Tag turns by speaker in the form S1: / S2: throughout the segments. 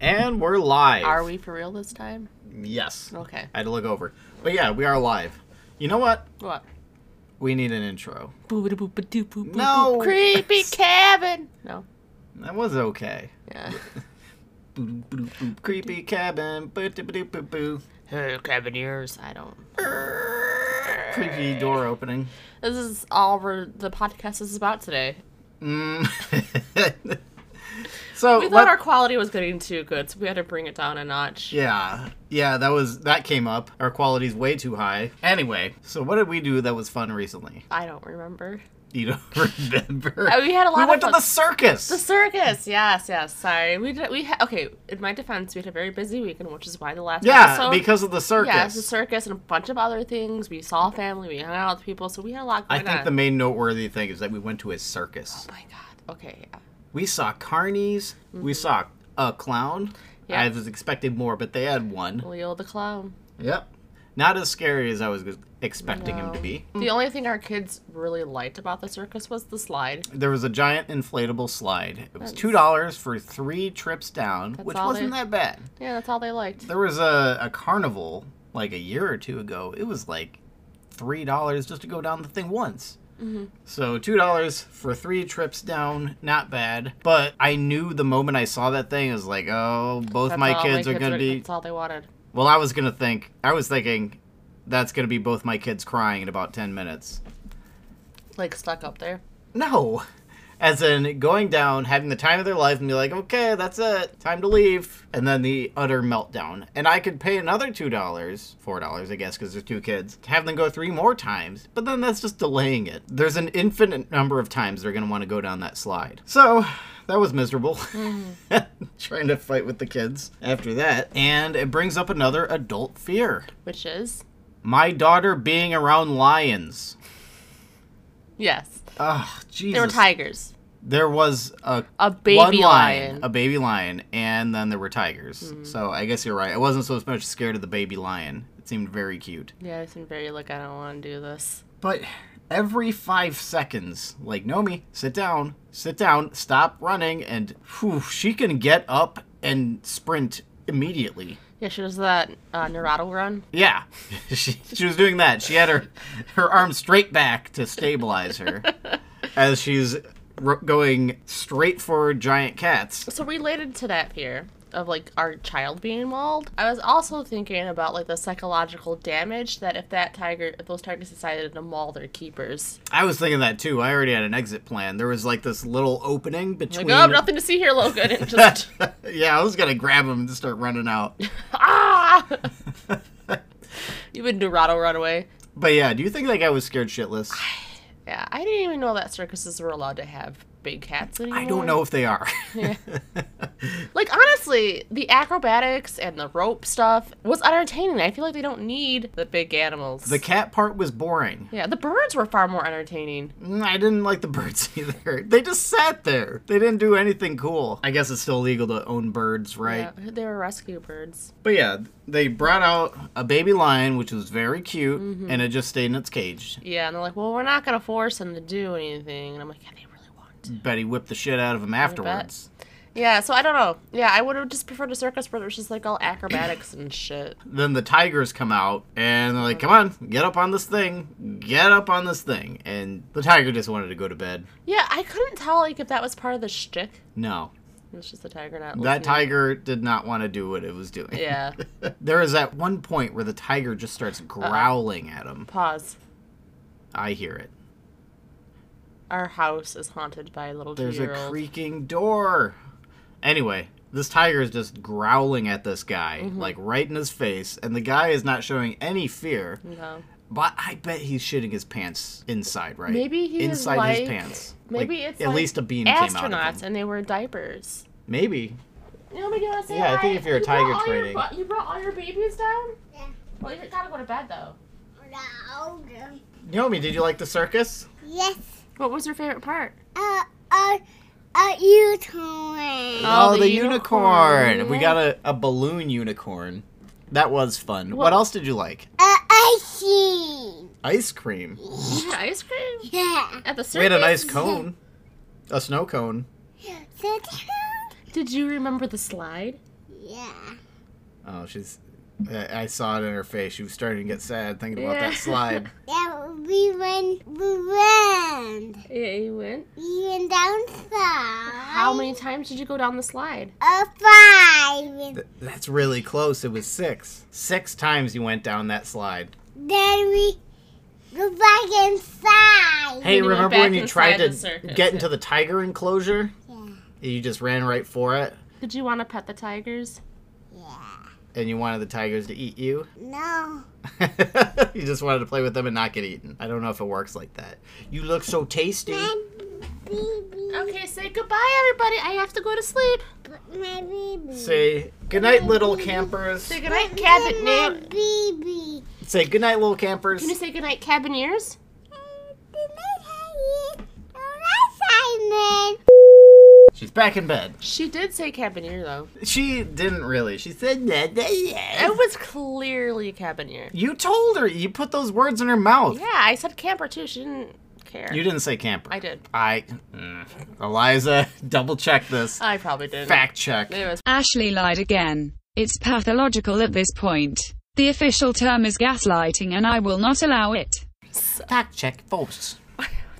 S1: And we're live.
S2: Are we for real this time?
S1: Yes.
S2: Okay.
S1: I had to look over. But yeah, we are live. You know what?
S2: What?
S1: We need an intro.
S2: Boop-a-doop-a-doop-boop-boop.
S1: No.
S2: Creepy cabin. No.
S1: That was okay.
S2: Yeah.
S1: Creepy cabin. boo-doo-boo-doo-boo-boo.
S2: Hey, cabineers. I don't.
S1: Creepy door opening.
S2: This is all we're, the podcast is about today.
S1: Mm. so
S2: We thought
S1: let-
S2: our quality was getting too good, so we had to bring it down a notch.
S1: yeah, yeah, that was that came up. Our quality's way too high. Anyway, so what did we do that was fun recently?
S2: I don't remember.
S1: You don't remember?
S2: Uh, we had a lot
S1: We
S2: of
S1: went to
S2: fun-
S1: the circus.
S2: The circus, yes, yes. Sorry, we did. We ha- okay. In my defense, we had a very busy weekend, which is why the last
S1: yeah,
S2: episode,
S1: because of the circus.
S2: yeah, it's a circus and a bunch of other things. We saw family, we hung out with people, so we had a lot
S1: I
S2: going
S1: think
S2: on.
S1: the main noteworthy thing is that we went to a circus.
S2: oh my god. Okay. Yeah.
S1: We saw carnies. We saw a clown.
S2: Yeah.
S1: I was expecting more, but they had one.
S2: Leo the clown.
S1: Yep. Not as scary as I was expecting him to
S2: No.
S1: be.
S2: The only thing our kids really liked about the circus was the slide.
S1: There was a giant inflatable slide. It was two dollars for three trips down, which
S2: all
S1: wasn't
S2: they-
S1: that bad.
S2: Yeah, that's all they liked.
S1: There was a, a carnival like a year or two ago. It was like three dollars just to go down the thing once.
S2: Mm-hmm.
S1: So two dollars for three trips down, not bad. But I knew the moment I saw that thing, I was like, oh, both
S2: That's
S1: my
S2: all
S1: kids are gonna
S2: were-
S1: be.
S2: That's all they wanted.
S1: Well, I was gonna think. I was thinking, that's gonna be both my kids crying in about ten minutes.
S2: Like stuck up there.
S1: No. As in going down, having the time of their life, and be like, okay, that's it, time to leave. And then the utter meltdown. And I could pay another $2, $4, I guess, because there's two kids, to have them go three more times. But then that's just delaying it. There's an infinite number of times they're going to want to go down that slide. So that was miserable. Trying to fight with the kids after that. And it brings up another adult fear
S2: Which is
S1: my daughter being around lions.
S2: yes.
S1: Ugh, Jesus.
S2: They were tigers.
S1: There was a
S2: A baby
S1: one
S2: lion. Hmm.
S1: a baby lion, and then there were tigers. So I guess you're right. I wasn't so much scared of the baby lion. It seemed very cute.
S2: Yeah, they seemed very like I don't want to do this.
S1: But every five seconds, like Nomi, sit down, sit down, stop running, and whew, she can get up and sprint immediately.
S2: Yeah, she does that uh, Nerado run.
S1: Yeah, she, she was doing that. She had her her arm straight back to stabilize her as she's r- going straight for giant cats.
S2: So related to that fear of like our child being mauled, I was also thinking about like the psychological damage that if that tiger, if those tigers decided to maul their keepers,
S1: I was thinking that too. I already had an exit plan. There was like this little opening
S2: like
S1: between.
S2: oh, nothing to see here, Logan, and just
S1: yeah, I was gonna grab him and start running out.
S2: ah. you would Dorado run away.
S1: But yeah, do you think that guy was scared shitless?
S2: Yeah, I didn't even know that circuses were allowed to have big cats anymore.
S1: I don't know if they are.
S2: Like honestly, the acrobatics and the rope stuff was entertaining. I feel like they don't need the big animals.
S1: the cat part was boring.
S2: yeah, the birds were far more entertaining.
S1: Mm, I didn't like the birds either. They just sat there. They didn't do anything cool. I guess it's still illegal to own birds, right?
S2: Yeah, they were rescue birds.
S1: But yeah, they brought out a baby lion, which was very cute, and it just stayed in its cage.
S2: Yeah, and they're like, well, we're not gonna force them to do anything. And I'm like, yeah, they really want to.
S1: Betty whipped the shit out of him afterwards.
S2: Yeah, so I don't know. Yeah, I would have just preferred a circus where there's just like all acrobatics and shit.
S1: then the tigers come out and they're like, "Come on, get up on this thing, get up on this thing." And the tiger just wanted to go to bed.
S2: Yeah, I couldn't tell like if that was part of the shtick.
S1: No,
S2: It was just the tiger not.
S1: that
S2: listening.
S1: tiger did not want to do what it was doing.
S2: Yeah.
S1: there is that one point where the tiger just starts growling at him.
S2: Pause.
S1: I hear it.
S2: Our house is haunted by a little
S1: There's a
S2: two-year-old.
S1: creaking door. Anyway, this tiger is just growling at this guy,
S2: Mm-hmm.
S1: like right in his face, and the guy is not showing any fear.
S2: No.
S1: But I bet he's shitting his pants inside, right?
S2: Maybe he is
S1: inside his
S2: like-
S1: pants.
S2: Maybe
S1: Like,
S2: it's
S1: at
S2: like
S1: least a beam came out of
S2: astronauts
S1: him.
S2: and they wear diapers.
S1: Maybe.
S2: Nobody wants to say
S1: Yeah, I
S2: hi?
S1: think if you're a
S2: You brought
S1: tiger
S2: all your
S1: training-
S2: bu- you brought all your babies down.
S3: Yeah.
S2: Well, you gotta go to bed though.
S1: Naomi, did you like the circus?
S3: Yes.
S2: What was your favorite part?
S3: Uh, uh, uh, you toy.
S1: Uh.
S2: Oh, the unicorn.
S1: We got a, a balloon unicorn. That was fun. What?
S2: What-
S1: else did you like?
S3: Uh, ice cream.
S1: Ice cream.
S2: Yeah, ice cream
S3: Yeah.
S2: at the circus.
S1: We had a nice cone. A snow cone.
S3: Sit down.
S2: Did you remember the slide?
S3: Yeah.
S1: Oh, she's. I I saw it in her face. She was starting to get sad thinking about that
S2: Yeah.
S1: slide.
S3: Yeah, we went, we went.
S2: Yeah, you went.
S3: We went down five.
S2: How many times did you go down the slide?
S3: A Uh, five.
S1: Th- That's really close. It was six. Six times you went down that slide.
S3: Then we go back inside.
S1: Hey,
S2: you went
S1: remember
S2: back
S1: when you tried
S2: inside
S1: to
S2: the circus,
S1: get
S2: yeah.
S1: into the tiger enclosure?
S3: Yeah,
S1: You just ran right for it,
S2: Did you want to pet the tigers?
S3: yeah.
S1: and you wanted the tigers to eat you.
S3: No.
S1: you just wanted to play with them and not get eaten. I don't know if it works like that. You look so tasty.
S3: My baby.
S2: Okay, say goodbye, everybody. I have to go to sleep.
S3: My baby.
S1: Say goodnight, little campers.
S2: Say goodnight,
S3: My
S2: cabin.
S3: baby.
S1: Say goodnight, little campers.
S2: Can you say goodnight, cabineers?
S1: She's back in bed.
S2: She did say cabineer though.
S1: She didn't really. She said, "Nah, nah, nah."
S2: It was clearly cabineer.
S1: You told her. You put those words in her mouth.
S2: Yeah, I said camper too. She didn't care.
S1: You didn't say camper.
S2: I did.
S1: I. mm. Eliza, double check this.
S2: I probably didn't.
S1: Fact check.
S2: It was
S4: Ashley lied again. It's pathological at this point. The official term is gaslighting, and I will not allow it.
S1: Fact check. False.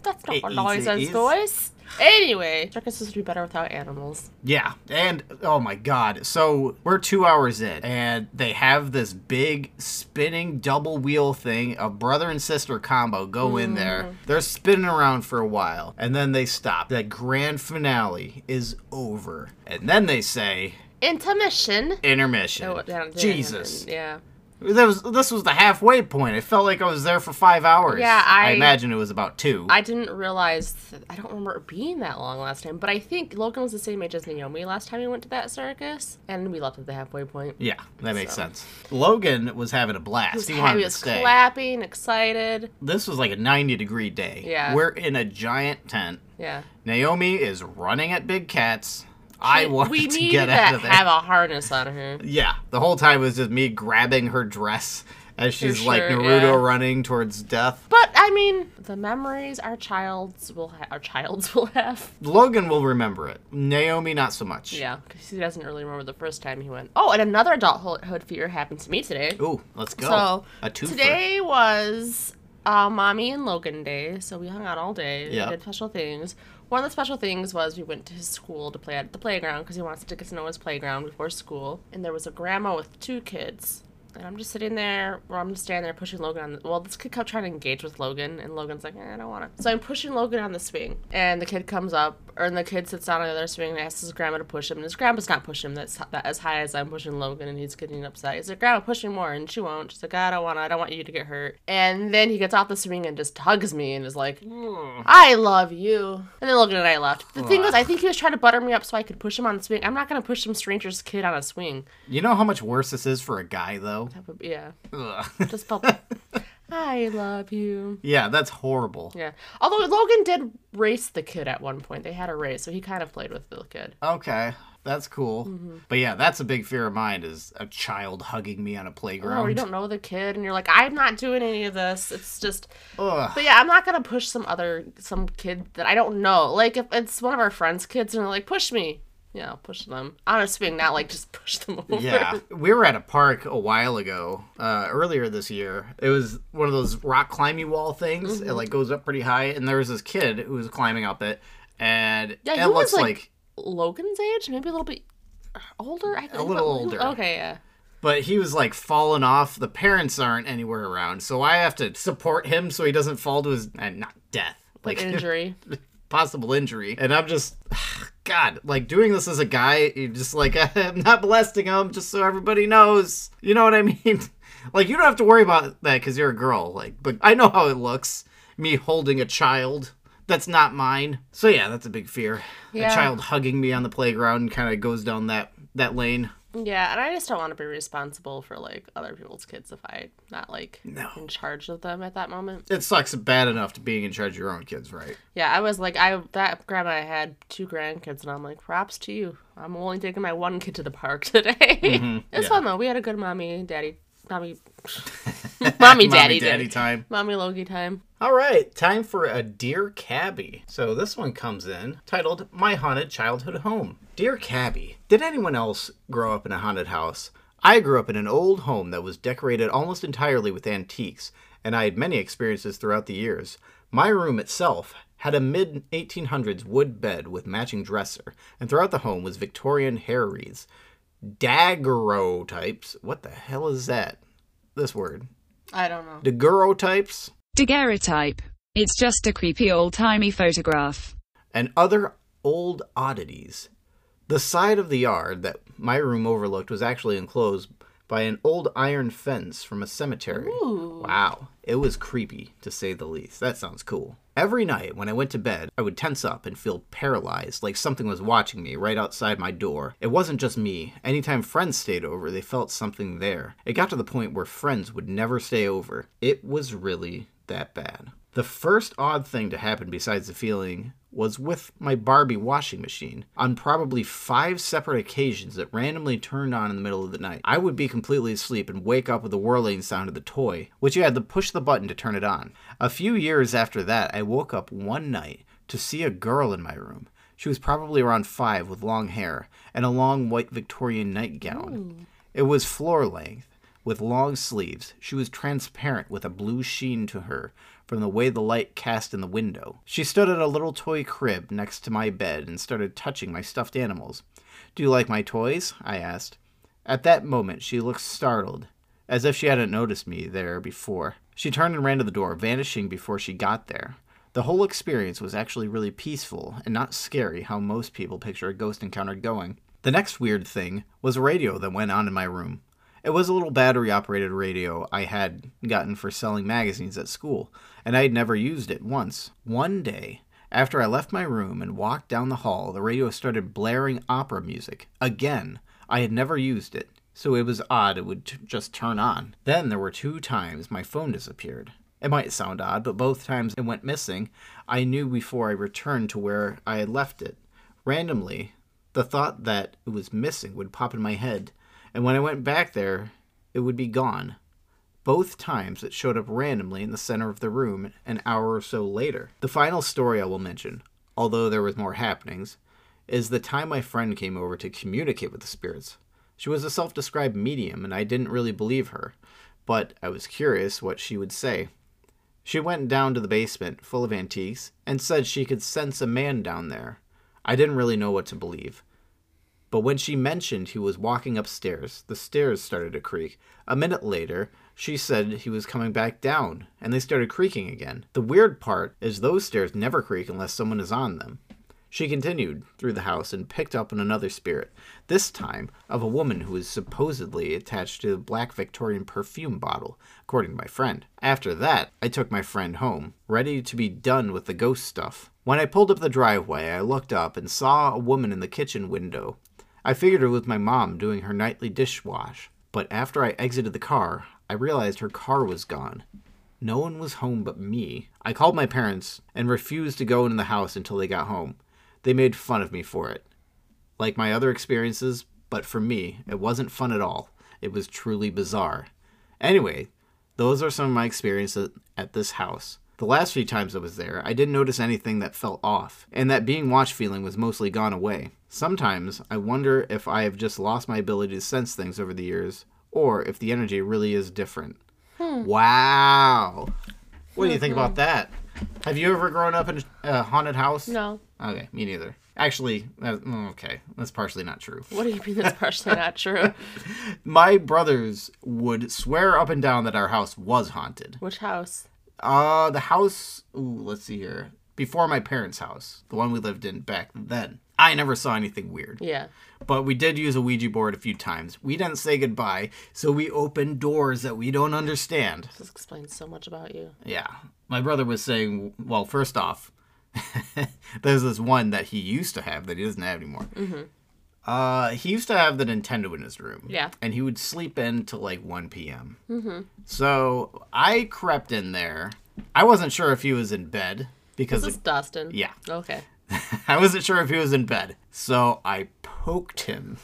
S2: that's not
S1: It
S2: what
S1: is, it
S2: Eliza's
S1: is.
S2: voice. Anyway, circuses would be better without animals.
S1: Yeah, and oh my god. So we're two hours in, and they have this big spinning double wheel thing. A brother and sister combo go
S2: Mm-hmm.
S1: in there. They're spinning around for a while, and then they stop. The grand finale is over. And then they say,
S2: Intermission.
S1: intermission.
S2: Oh, down there.
S1: Jesus.
S2: Yeah.
S1: That was, this was the halfway point. It felt like I was there for five hours.
S2: Yeah, I-
S1: imagine it was about two.
S2: I didn't realize. Th- I don't remember it being that long last time, but I think Logan was the same age as Naomi last time we went to that circus, and we left at the halfway point.
S1: yeah, that makes sense. Logan was having a blast. He,
S2: He
S1: wanted to
S2: was
S1: stay.
S2: clapping, excited.
S1: this was like a 90 degree day.
S2: Yeah.
S1: We're in a giant tent.
S2: Yeah.
S1: Naomi is running at big cats. I wanted
S2: we
S1: to
S2: needed
S1: get
S2: to
S1: out of there.
S2: have a harness on her.
S1: yeah. The whole time was just me grabbing her dress as she's like
S2: sure,
S1: Naruto
S2: yeah.
S1: running towards death.
S2: But I mean, the memories our childs will ha- our childs will have.
S1: Logan will remember it. Naomi, not so much.
S2: Yeah, because he doesn't really remember the first time he went. Oh, and another adulthood fear happened to me today.
S1: Ooh, let's go.
S2: So
S1: Oh, a twofer.
S2: today was uh, mommy and Logan day, so we hung out all day.
S1: Yeah.
S2: We did special things. One of the special things was we went to his school to play at the playground because he wants to get to know his playground before school. And there was a grandma with two kids. And I'm just sitting there, or I'm just standing there pushing Logan on the. Well, this kid kept trying to engage with Logan, and Logan's like, eh, I don't want to. So I'm pushing Logan on the swing, and the kid comes up, or and the kid sits down on the other swing and asks his grandma to push him, and his grandma's not pushing him that's that, as high as I'm pushing Logan, and he's getting upset. He's like, Grandma, push me more, and she won't. She's like, I don't want to, I don't want you to get hurt. And then he gets off the swing and just hugs me and is like, I love you. And then Logan and I left. The thing was, I think he was trying to butter me up so I could push him on the swing. I'm not going to push some stranger's kid on a swing.
S1: You know how much worse this is for a guy, though?
S2: That would be- Yeah.
S1: Ugh.
S2: Just felt. I love you.
S1: yeah, that's horrible.
S2: Yeah. Although Logan did race the kid at one point. They had a race, so he kind of played with the kid.
S1: Okay, that's cool.
S2: Mm-hmm.
S1: But yeah, that's a big fear of mine is a child hugging me on a
S2: Or Oh, you
S1: playground.
S2: don't know the kid, and you're like, I'm not doing any of this. It's just.
S1: Ugh.
S2: But yeah, I'm not gonna push some other some kid that I don't know. Like if it's one of our friends' kids, and they're like, push me. Yeah, I'll push them on a swing, not like just push them over.
S1: Yeah, we were at a park a while ago, uh, earlier this year. It was one of those rock climbing wall things.
S2: Mm-hmm.
S1: It like goes up pretty high, and there was this kid who was climbing up it, and
S2: Yeah,
S1: it
S2: he
S1: looks
S2: was, like- Logan's age, maybe a little bit older. I think,
S1: little
S2: but-
S1: older.
S2: Okay, yeah.
S1: but he was like falling off. The parents aren't anywhere around, so I have to support him so he doesn't fall to his and not death, like
S2: Injury.
S1: possible injury. And I'm just, God, like doing this as a guy, you're just like, I'm not molesting him, just so everybody knows. You know what I mean? Like, you don't have to worry about that because you're a girl. Like, but I know how it looks me holding a child that's not mine. So, yeah, that's a big fear. A
S2: Yeah.
S1: child hugging me on the playground kind of goes down that, that lane.
S2: Yeah, and I just don't want to be responsible for like other people's kids if I'm not like
S1: No.
S2: in charge of them at that moment.
S1: It sucks bad enough to being in charge of your own kids, right?
S2: Yeah, I was like, I that grandma had two grandkids, and I'm like, props to you. I'm only taking my one kid to the park today. it was
S1: Mm-hmm. yeah.
S2: fun though. We had a good mommy, daddy, mommy, mommy, daddy,
S1: daddy
S2: daddy,
S1: time.
S2: mommy, Logie time.
S1: All right, time for a Dear Cabby. So this one comes in titled My Haunted Childhood Home. Dear Cabby, did anyone else grow up in a haunted house? I grew up in an old home that was decorated almost entirely with antiques, and I had many experiences throughout the years. My room itself had a mid 1800s wood bed with matching dresser, and throughout the home was Victorian hair wreaths. Daguerreotypes? What the hell is that? This word.
S2: I don't know.
S1: Daguerreotypes?
S4: Daguerreotype. It's just a creepy old timey photograph.
S1: and other old oddities. The side of the yard that my room overlooked was actually enclosed by an old iron fence from a cemetery. Wow, it was creepy to say the least. That sounds cool. Every night when I went to bed, I would tense up and feel paralyzed, like something was watching me right outside my door. It wasn't just me. Anytime friends stayed over, they felt something there. It got to the point where friends would never stay over. It was really that bad. The first odd thing to happen besides the feeling was with my Barbie washing machine. On probably five separate occasions, it randomly turned on in the middle of the night. I would be completely asleep and wake up with the whirling sound of the toy, which you had to push the button to turn it on. A few years after that, I woke up one night to see a girl in my room. She was probably around five with long hair and a long white Victorian nightgown. It was floor length with long sleeves. She was transparent with a blue sheen to her from the way the light cast in the window. She stood at a little toy crib next to my bed and started touching my stuffed animals. Do you like my toys? I asked. At that moment, she looked startled, as if she hadn't noticed me there before. She turned and ran to the door, vanishing before she got there. The whole experience was actually really peaceful and not scary how most people picture a ghost encounter going. The next weird thing was a radio that went on in my room. It was a little battery operated radio I had gotten for selling magazines at school, and I had never used it once. One day, after I left my room and walked down the hall, the radio started blaring opera music. Again, I had never used it, so it was odd it would t- just turn on. Then there were two times my phone disappeared. It might sound odd, but both times it went missing, I knew before I returned to where I had left it. Randomly, the thought that it was missing would pop in my head, and when I went back there, it would be gone. Both times it showed up randomly in the center of the room an hour or so later. The final story I will mention, although there was more happenings, is the time my friend came over to communicate with the spirits. She was a self described medium, and I didn't really believe her, but I was curious what she would say. She went down to the basement, full of antiques, and said she could sense a man down there. I didn't really know what to believe. But when she mentioned he was walking upstairs, the stairs started to creak. A minute later, she said he was coming back down, and they started creaking again. The weird part is those stairs never creak unless someone is on them. She continued through the house and picked up on another spirit, this time of a woman who was supposedly attached to a black Victorian perfume bottle, according to my friend. After that, I took my friend home, ready to be done with the ghost stuff. When I pulled up the driveway, I looked up and saw a woman in the kitchen window. I figured it was my mom doing her nightly dishwash, but after I exited the car, I realized her car was gone. No one was home but me. I called my parents and refused to go into the house until they got home. They made fun of me for it. Like my other experiences, but for me, it wasn't fun at all. It was truly bizarre. Anyway, those are some of my experiences at this house. The last few times I was there, I didn't notice anything that felt off, and that being watched feeling was mostly gone away. Sometimes I wonder if I have just lost my ability to sense things over the years, or if the energy really is different. Wow. What do you think about that? Have you ever grown up in a haunted house?
S2: No.
S1: Okay, me neither. Actually, uh, mm, okay, that's partially not true.
S2: What do you mean that's partially not true?
S1: My brothers would swear up and down that our house was haunted.
S2: Which house?
S1: Uh, the house. Ooh, let's see here. Before my parents' house, the one we lived in back then, I never saw anything weird.
S2: Yeah.
S1: But we did use a Ouija board a few times. We didn't say goodbye, so we opened doors that we don't understand.
S2: This explains so much about you.
S1: Yeah. My brother was saying, well, first off, there's this one that he used to have that he doesn't have anymore. Mm-hmm. Uh, he used to have the Nintendo in his room.
S2: Yeah.
S1: And he would sleep in till like 1 p.m. Mm-hmm. So I crept in there. I wasn't sure if he was in bed because
S2: This is Oh.
S1: it-
S2: Dustin.
S1: yeah.
S2: Okay.
S1: I wasn't sure if he was in bed. So I poked him.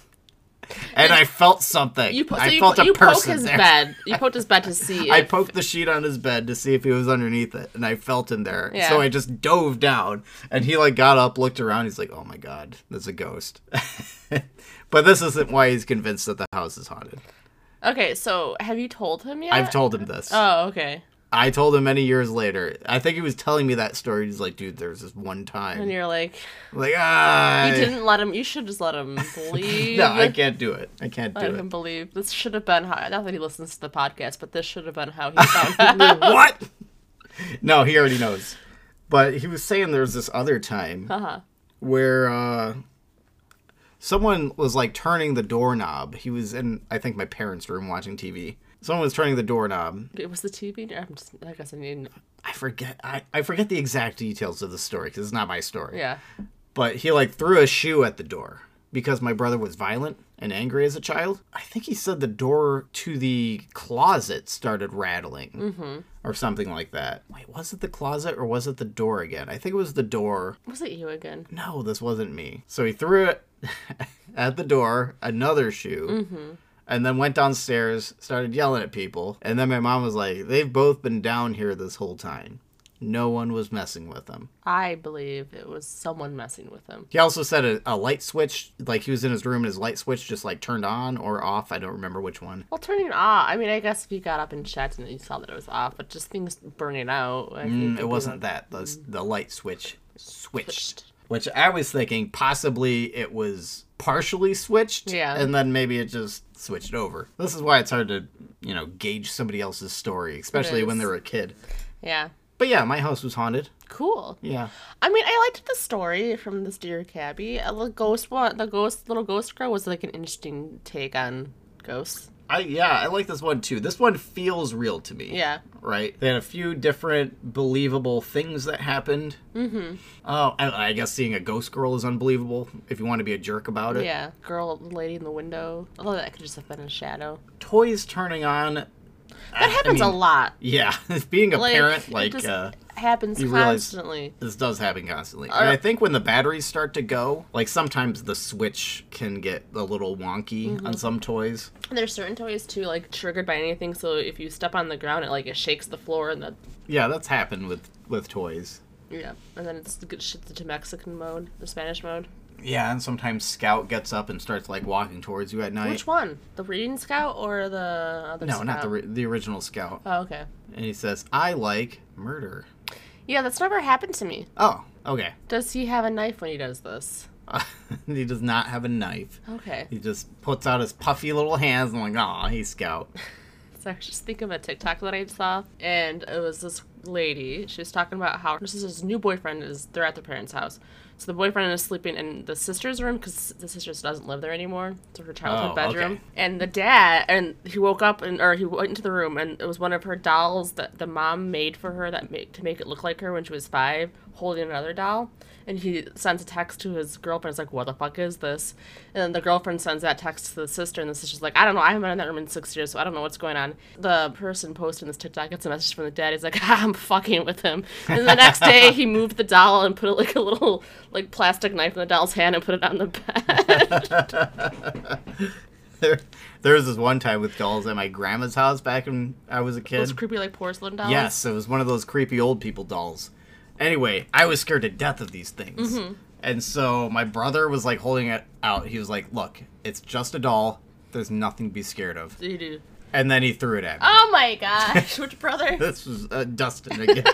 S1: and I felt something.
S2: You, po- so
S1: I
S2: you,
S1: felt
S2: po-
S1: a
S2: you poke
S1: person
S2: his
S1: there.
S2: bed. You poked his bed to see.
S1: I
S2: if-
S1: poked the sheet on his bed to see if he was underneath it, and I felt him there.
S2: Yeah.
S1: So I just dove down, and he like got up, looked around. He's like, "Oh my god, there's a ghost." but this isn't why he's convinced that the house is haunted.
S2: Okay, so have you told him yet?
S1: I've told him this.
S2: Oh, okay.
S1: I told him many years later. I think he was telling me that story. He's like, "Dude, there's this one time."
S2: And you're like,
S1: like, ah,
S2: you didn't let him. You should just let him believe.
S1: No, I can't do it. I can't
S2: Let
S1: do
S2: him
S1: it.
S2: believe. This should have been how. Not that he listens to the podcast, but this should have been how he found out.
S1: what? No, he already knows. But he was saying there was this other time
S2: Uh-huh.
S1: where uh, someone was like turning the doorknob. He was in, I think, my parents' room watching TV. Someone was turning the doorknob.
S2: It was the TV. I'm just, I guess I need.
S1: I forget. I, I forget the exact details of the story because it's not my story.
S2: Yeah.
S1: But he like threw a shoe at the door because my brother was violent and angry as a child. I think he said the door to the closet started rattling or something like that. Wait, was it the closet or was it the door again? I think it was the door.
S2: Was it you again?
S1: No, this wasn't me. So he threw it at the door, another shoe. And then went downstairs, started yelling at people. And then my mom was like, They've both been down here this whole time. No one was messing with them.
S2: I believe it was someone messing with him.
S1: He also said a, a light switch, like he was in his room and his light switch just like turned on or off. I don't remember which one.
S2: Well, turning it off. I mean, I guess if you got up and checked and you saw that it was off, but just things burning out. I think
S1: Mm, It wasn't that. The, the light switch switched. Which I was thinking possibly it was partially switched.
S2: Yeah.
S1: And then maybe it just switched over. This is why it's hard to, you know, gauge somebody else's story, especially when
S2: is.
S1: they were a kid.
S2: Yeah.
S1: But yeah, my house was haunted.
S2: Cool.
S1: Yeah.
S2: I mean, I liked the story from this dear cabbie. Uh, The ghost one, the ghost little ghost girl was like an interesting take on ghosts.
S1: I yeah, I like this one too. This one feels real to me.
S2: Yeah.
S1: right? They had a few different believable things that happened. Mm-hmm. Oh, I, I guess seeing a ghost girl is unbelievable if you want to be a jerk about it.
S2: Yeah, girl, lady in the window. Although that could just have been a shadow.
S1: Toys turning on.
S2: That happens a lot.
S1: Yeah, being a
S2: Like,
S1: parent,
S2: it
S1: like
S2: just
S1: uh,
S2: happens
S1: you realize-
S2: constantly.
S1: this does happen constantly. and I think when the batteries start to go, like sometimes the switch can get a little wonky
S2: Mm-hmm.
S1: on some toys.
S2: And there's certain toys too, like triggered by anything. So if you step on the ground, it like it shakes the floor, and the
S1: Yeah, that's happened with with toys.
S2: yeah, and then it's it shifted to Mexican mode, the Spanish mode.
S1: Yeah, and sometimes Scout gets up and starts like walking towards you at night.
S2: Which one, the reading scout or the other?
S1: no, not the
S2: scout?
S1: ri- the original Scout.
S2: Oh, okay.
S1: and he says, "I like murder."
S2: Yeah, that's never happened to me.
S1: Oh, okay.
S2: Does he have a knife when he does this?
S1: he does not have a knife.
S2: Okay.
S1: He just puts out his puffy little hands and like, "Aw, he's scout."
S2: So I was just think of a TikTok that I saw, and it was this lady. She was talking about how this is his new boyfriend is they're at their parents' house. So the boyfriend is sleeping in the sister's room because the sister doesn't live there anymore. It's her childhood
S1: Oh, okay.
S2: bedroom. And the dad, and he woke up and or he went into the room, and it was one of her dolls that the mom made for her that made to make it look like her when she was five, holding another doll. And he sends a text to his girlfriend. It's like, "What the fuck is this?" And then the girlfriend sends that text to the sister, and the sister's like, "I don't know. I haven't been in that room in six years, so I don't know what's going on." The person posting this TikTok gets a message from the dad. He's like, ah, "I'm fucking with him." And the next day, he moved the doll and put like a little like plastic knife in the doll's hand and put it on the bed.
S1: there, there was this one time with dolls at my grandma's house back when I was a kid.
S2: Those creepy like porcelain dolls.
S1: Yes, it was one of those creepy old people dolls. Anyway, I was scared to death of these things.
S2: Mm-hmm.
S1: And so my brother was like holding it out. He was like, "Look, it's just a doll. There's nothing to be scared of."
S2: You do.
S1: And then he threw it at me.
S2: Oh my gosh, which brother?
S1: This was uh, Dustin again.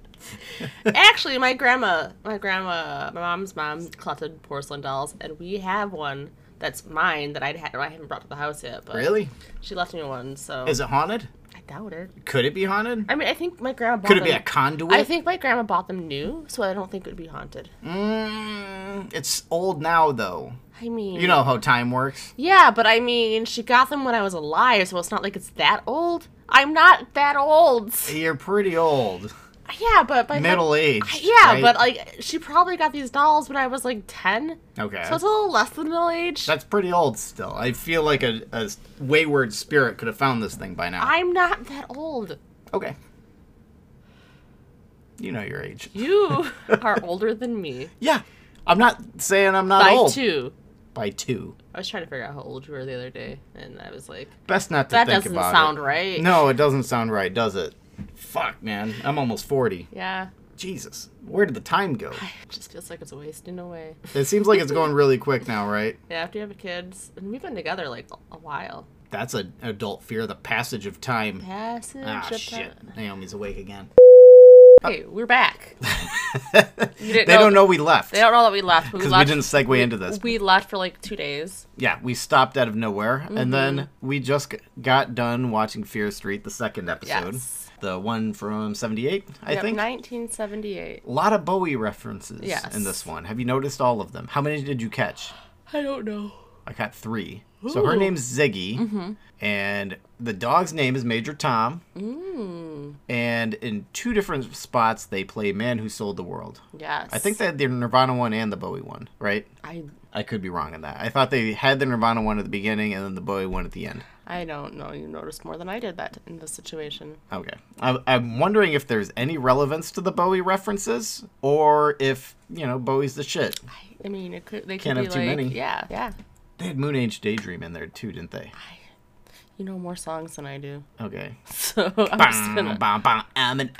S2: Actually, my grandma, my grandma, my mom's mom collected porcelain dolls, and we have one that's mine that I'd had, I haven't brought to the house yet. But
S1: really?
S2: She left me one, so
S1: Is it haunted?
S2: I doubt it.
S1: Could it be haunted?
S2: I mean, I think my grandma bought
S1: Could it
S2: them.
S1: be a conduit?
S2: I think my grandma bought them new, so I don't think it would be haunted.
S1: Mm, it's old now, though.
S2: I mean,
S1: You know how time works.
S2: Yeah, but I mean, she got them when I was alive, so it's not like it's that old. I'm not that old.
S1: You're pretty old,
S2: Yeah, but by the time-
S1: middle aged.
S2: Yeah,
S1: right?
S2: but like she probably got these dolls when I was like ten.
S1: okay,
S2: So it's a little less than middle age.
S1: that's pretty old still. I feel like a, a wayward spirit could have found this thing by now.
S2: I'm not that old.
S1: okay, you know your age.
S2: You are older than me
S1: Yeah, I'm not saying I'm not
S2: by
S1: old.
S2: two.
S1: by two.
S2: I was trying to figure out how old you were the other day, and I was like,
S1: Best not to
S2: that
S1: think
S2: doesn't
S1: about
S2: sound
S1: it.
S2: right.
S1: No, it doesn't sound right, does it? Fuck, man. I'm almost 40.
S2: Yeah,
S1: Jesus. Where did the time go?
S2: it just feels like it's wasting away.
S1: It seems like it's going really quick now, right?
S2: Yeah, after you have kids, and we've been together like a while.
S1: That's an adult fear, the passage of time.
S2: Passage
S1: Ah,
S2: of
S1: shit.
S2: time.
S1: Naomi's awake again.
S2: Hey, we're back. You
S1: they
S2: didn't
S1: don't know we left.
S2: They don't know that we left. but
S1: Because we
S2: left-
S1: didn't segue into this.
S2: We left for like two days.
S1: yeah, we stopped out of nowhere.
S2: Mm-hmm.
S1: And then we just g- got done watching Fear Street, the second episode.
S2: Yes.
S1: The one from 78, I
S2: Yep,
S1: think.
S2: 1978.
S1: A lot of Bowie references
S2: Yes.
S1: in this one. Have you noticed all of them? How many did you catch?
S2: I don't know.
S1: I got three. So her name's Ziggy, and the dog's name is Major Tom. And in two different spots, they play "Man Who Sold the World."
S2: Yes.
S1: I think they had the Nirvana one and the Bowie one, right?
S2: I
S1: I could be wrong on that. I thought they had the Nirvana one at the beginning and then the Bowie one at the end.
S2: I don't know. You noticed more than I did that in this situation.
S1: Okay. I, I'm wondering if there's any relevance to the Bowie references, or if you know Bowie's the shit.
S2: I mean, it could. They
S1: Can't
S2: could
S1: have
S2: be
S1: too
S2: like,
S1: many.
S2: Yeah, yeah.
S1: They had Moon Age Daydream in there too, didn't they?
S2: You know more songs than I do,
S1: Okay.
S2: so I'm just
S1: Bum,
S2: gonna.
S1: bum, bum, I'm an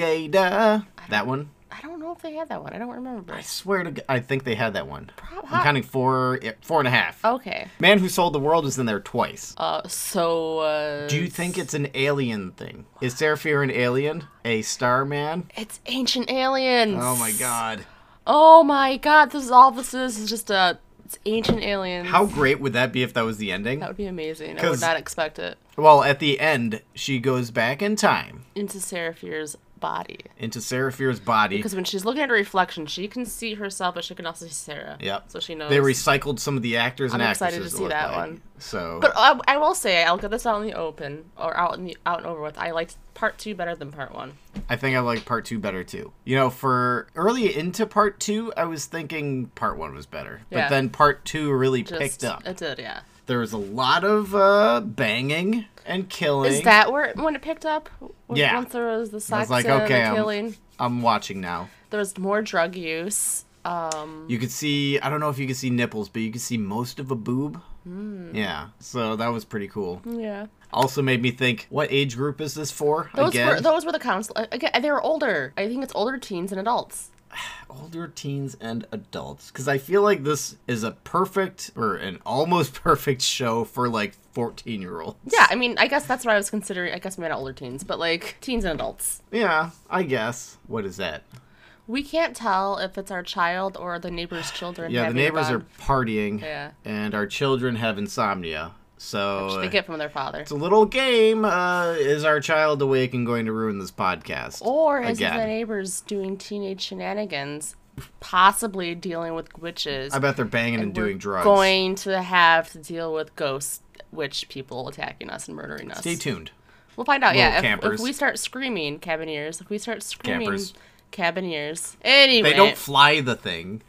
S1: alligator. That one?
S2: I don't know if they had that one. I don't remember.
S1: I swear to God, I think they had that one.
S2: Prob- Oh.
S1: I'm counting four, yeah, four and a half.
S2: Okay.
S1: Man Who Sold the World was in there twice.
S2: Uh, so uh,
S1: Do you think it's an alien thing? Is Seraphir an alien? A starman?
S2: it's ancient aliens?
S1: Oh my God.
S2: Oh my god! This is all this is. Is just a it's ancient aliens.
S1: How great would that be if that was the ending?
S2: That would be amazing. I
S1: 'Cause-
S2: would not expect it.
S1: Well, at the end, she goes back in time
S2: Into Seraphir's body.
S1: into Seraphir's body.
S2: Because when she's looking at her reflection, she can see herself, but she can also see Sarah.
S1: Yep.
S2: So she knows.
S1: They recycled some of the actors and
S2: I'm
S1: actresses.
S2: excited to
S1: it
S2: see
S1: looked
S2: that
S1: like.
S2: one.
S1: So,
S2: but I, I will say, I'll get this out in the open or out in the out and over with. I liked part two better than part one.
S1: I think I like part two better too. You know, for early into part two, I was thinking part one was better, but
S2: Yeah.
S1: then part two really
S2: Just,
S1: picked up.
S2: It did, yeah.
S1: There was a lot of uh, banging and killing.
S2: Is that where it- when it picked up? When-
S1: Yeah.
S2: Once there was the sex
S1: I was like,
S2: and
S1: okay,
S2: the
S1: I'm,
S2: killing,
S1: I'm watching now.
S2: there was more drug use. Um,
S1: You could see, I don't know if you could see nipples, but you could see most of a boob.
S2: Hmm.
S1: Yeah, so that was pretty cool.
S2: yeah.
S1: Also made me think, what age group is this for?
S2: Those
S1: Again,
S2: were those were the council. Again, they were older. I think it's older teens and adults.
S1: older teens and adults because i feel like this is a perfect or an almost perfect show for like 14 year olds
S2: Yeah, I mean, I guess that's what I was considering. I guess maybe not older teens, but like teens and adults.
S1: yeah i guess what is that
S2: We can't tell if it's our child or the neighbor's children.
S1: yeah the
S2: having a
S1: neighbors are
S2: bond,
S1: partying
S2: Yeah.
S1: and our children have insomnia so uh,
S2: which they get from their father.
S1: it's a little game uh, is our child awake and going to ruin this podcast
S2: Or is it
S1: again.
S2: the neighbors doing teenage shenanigans, possibly dealing with witches?
S1: i bet they're banging and,
S2: We're
S1: doing drugs
S2: Going to have to deal with ghosts, witch people attacking us and murdering us.
S1: stay tuned
S2: We'll find out.
S1: Little
S2: Yeah, if- if,
S1: campers.
S2: we start screaming cabineers, if we start screaming
S1: Campers.
S2: cabineers, anyway,
S1: they don't fly the thing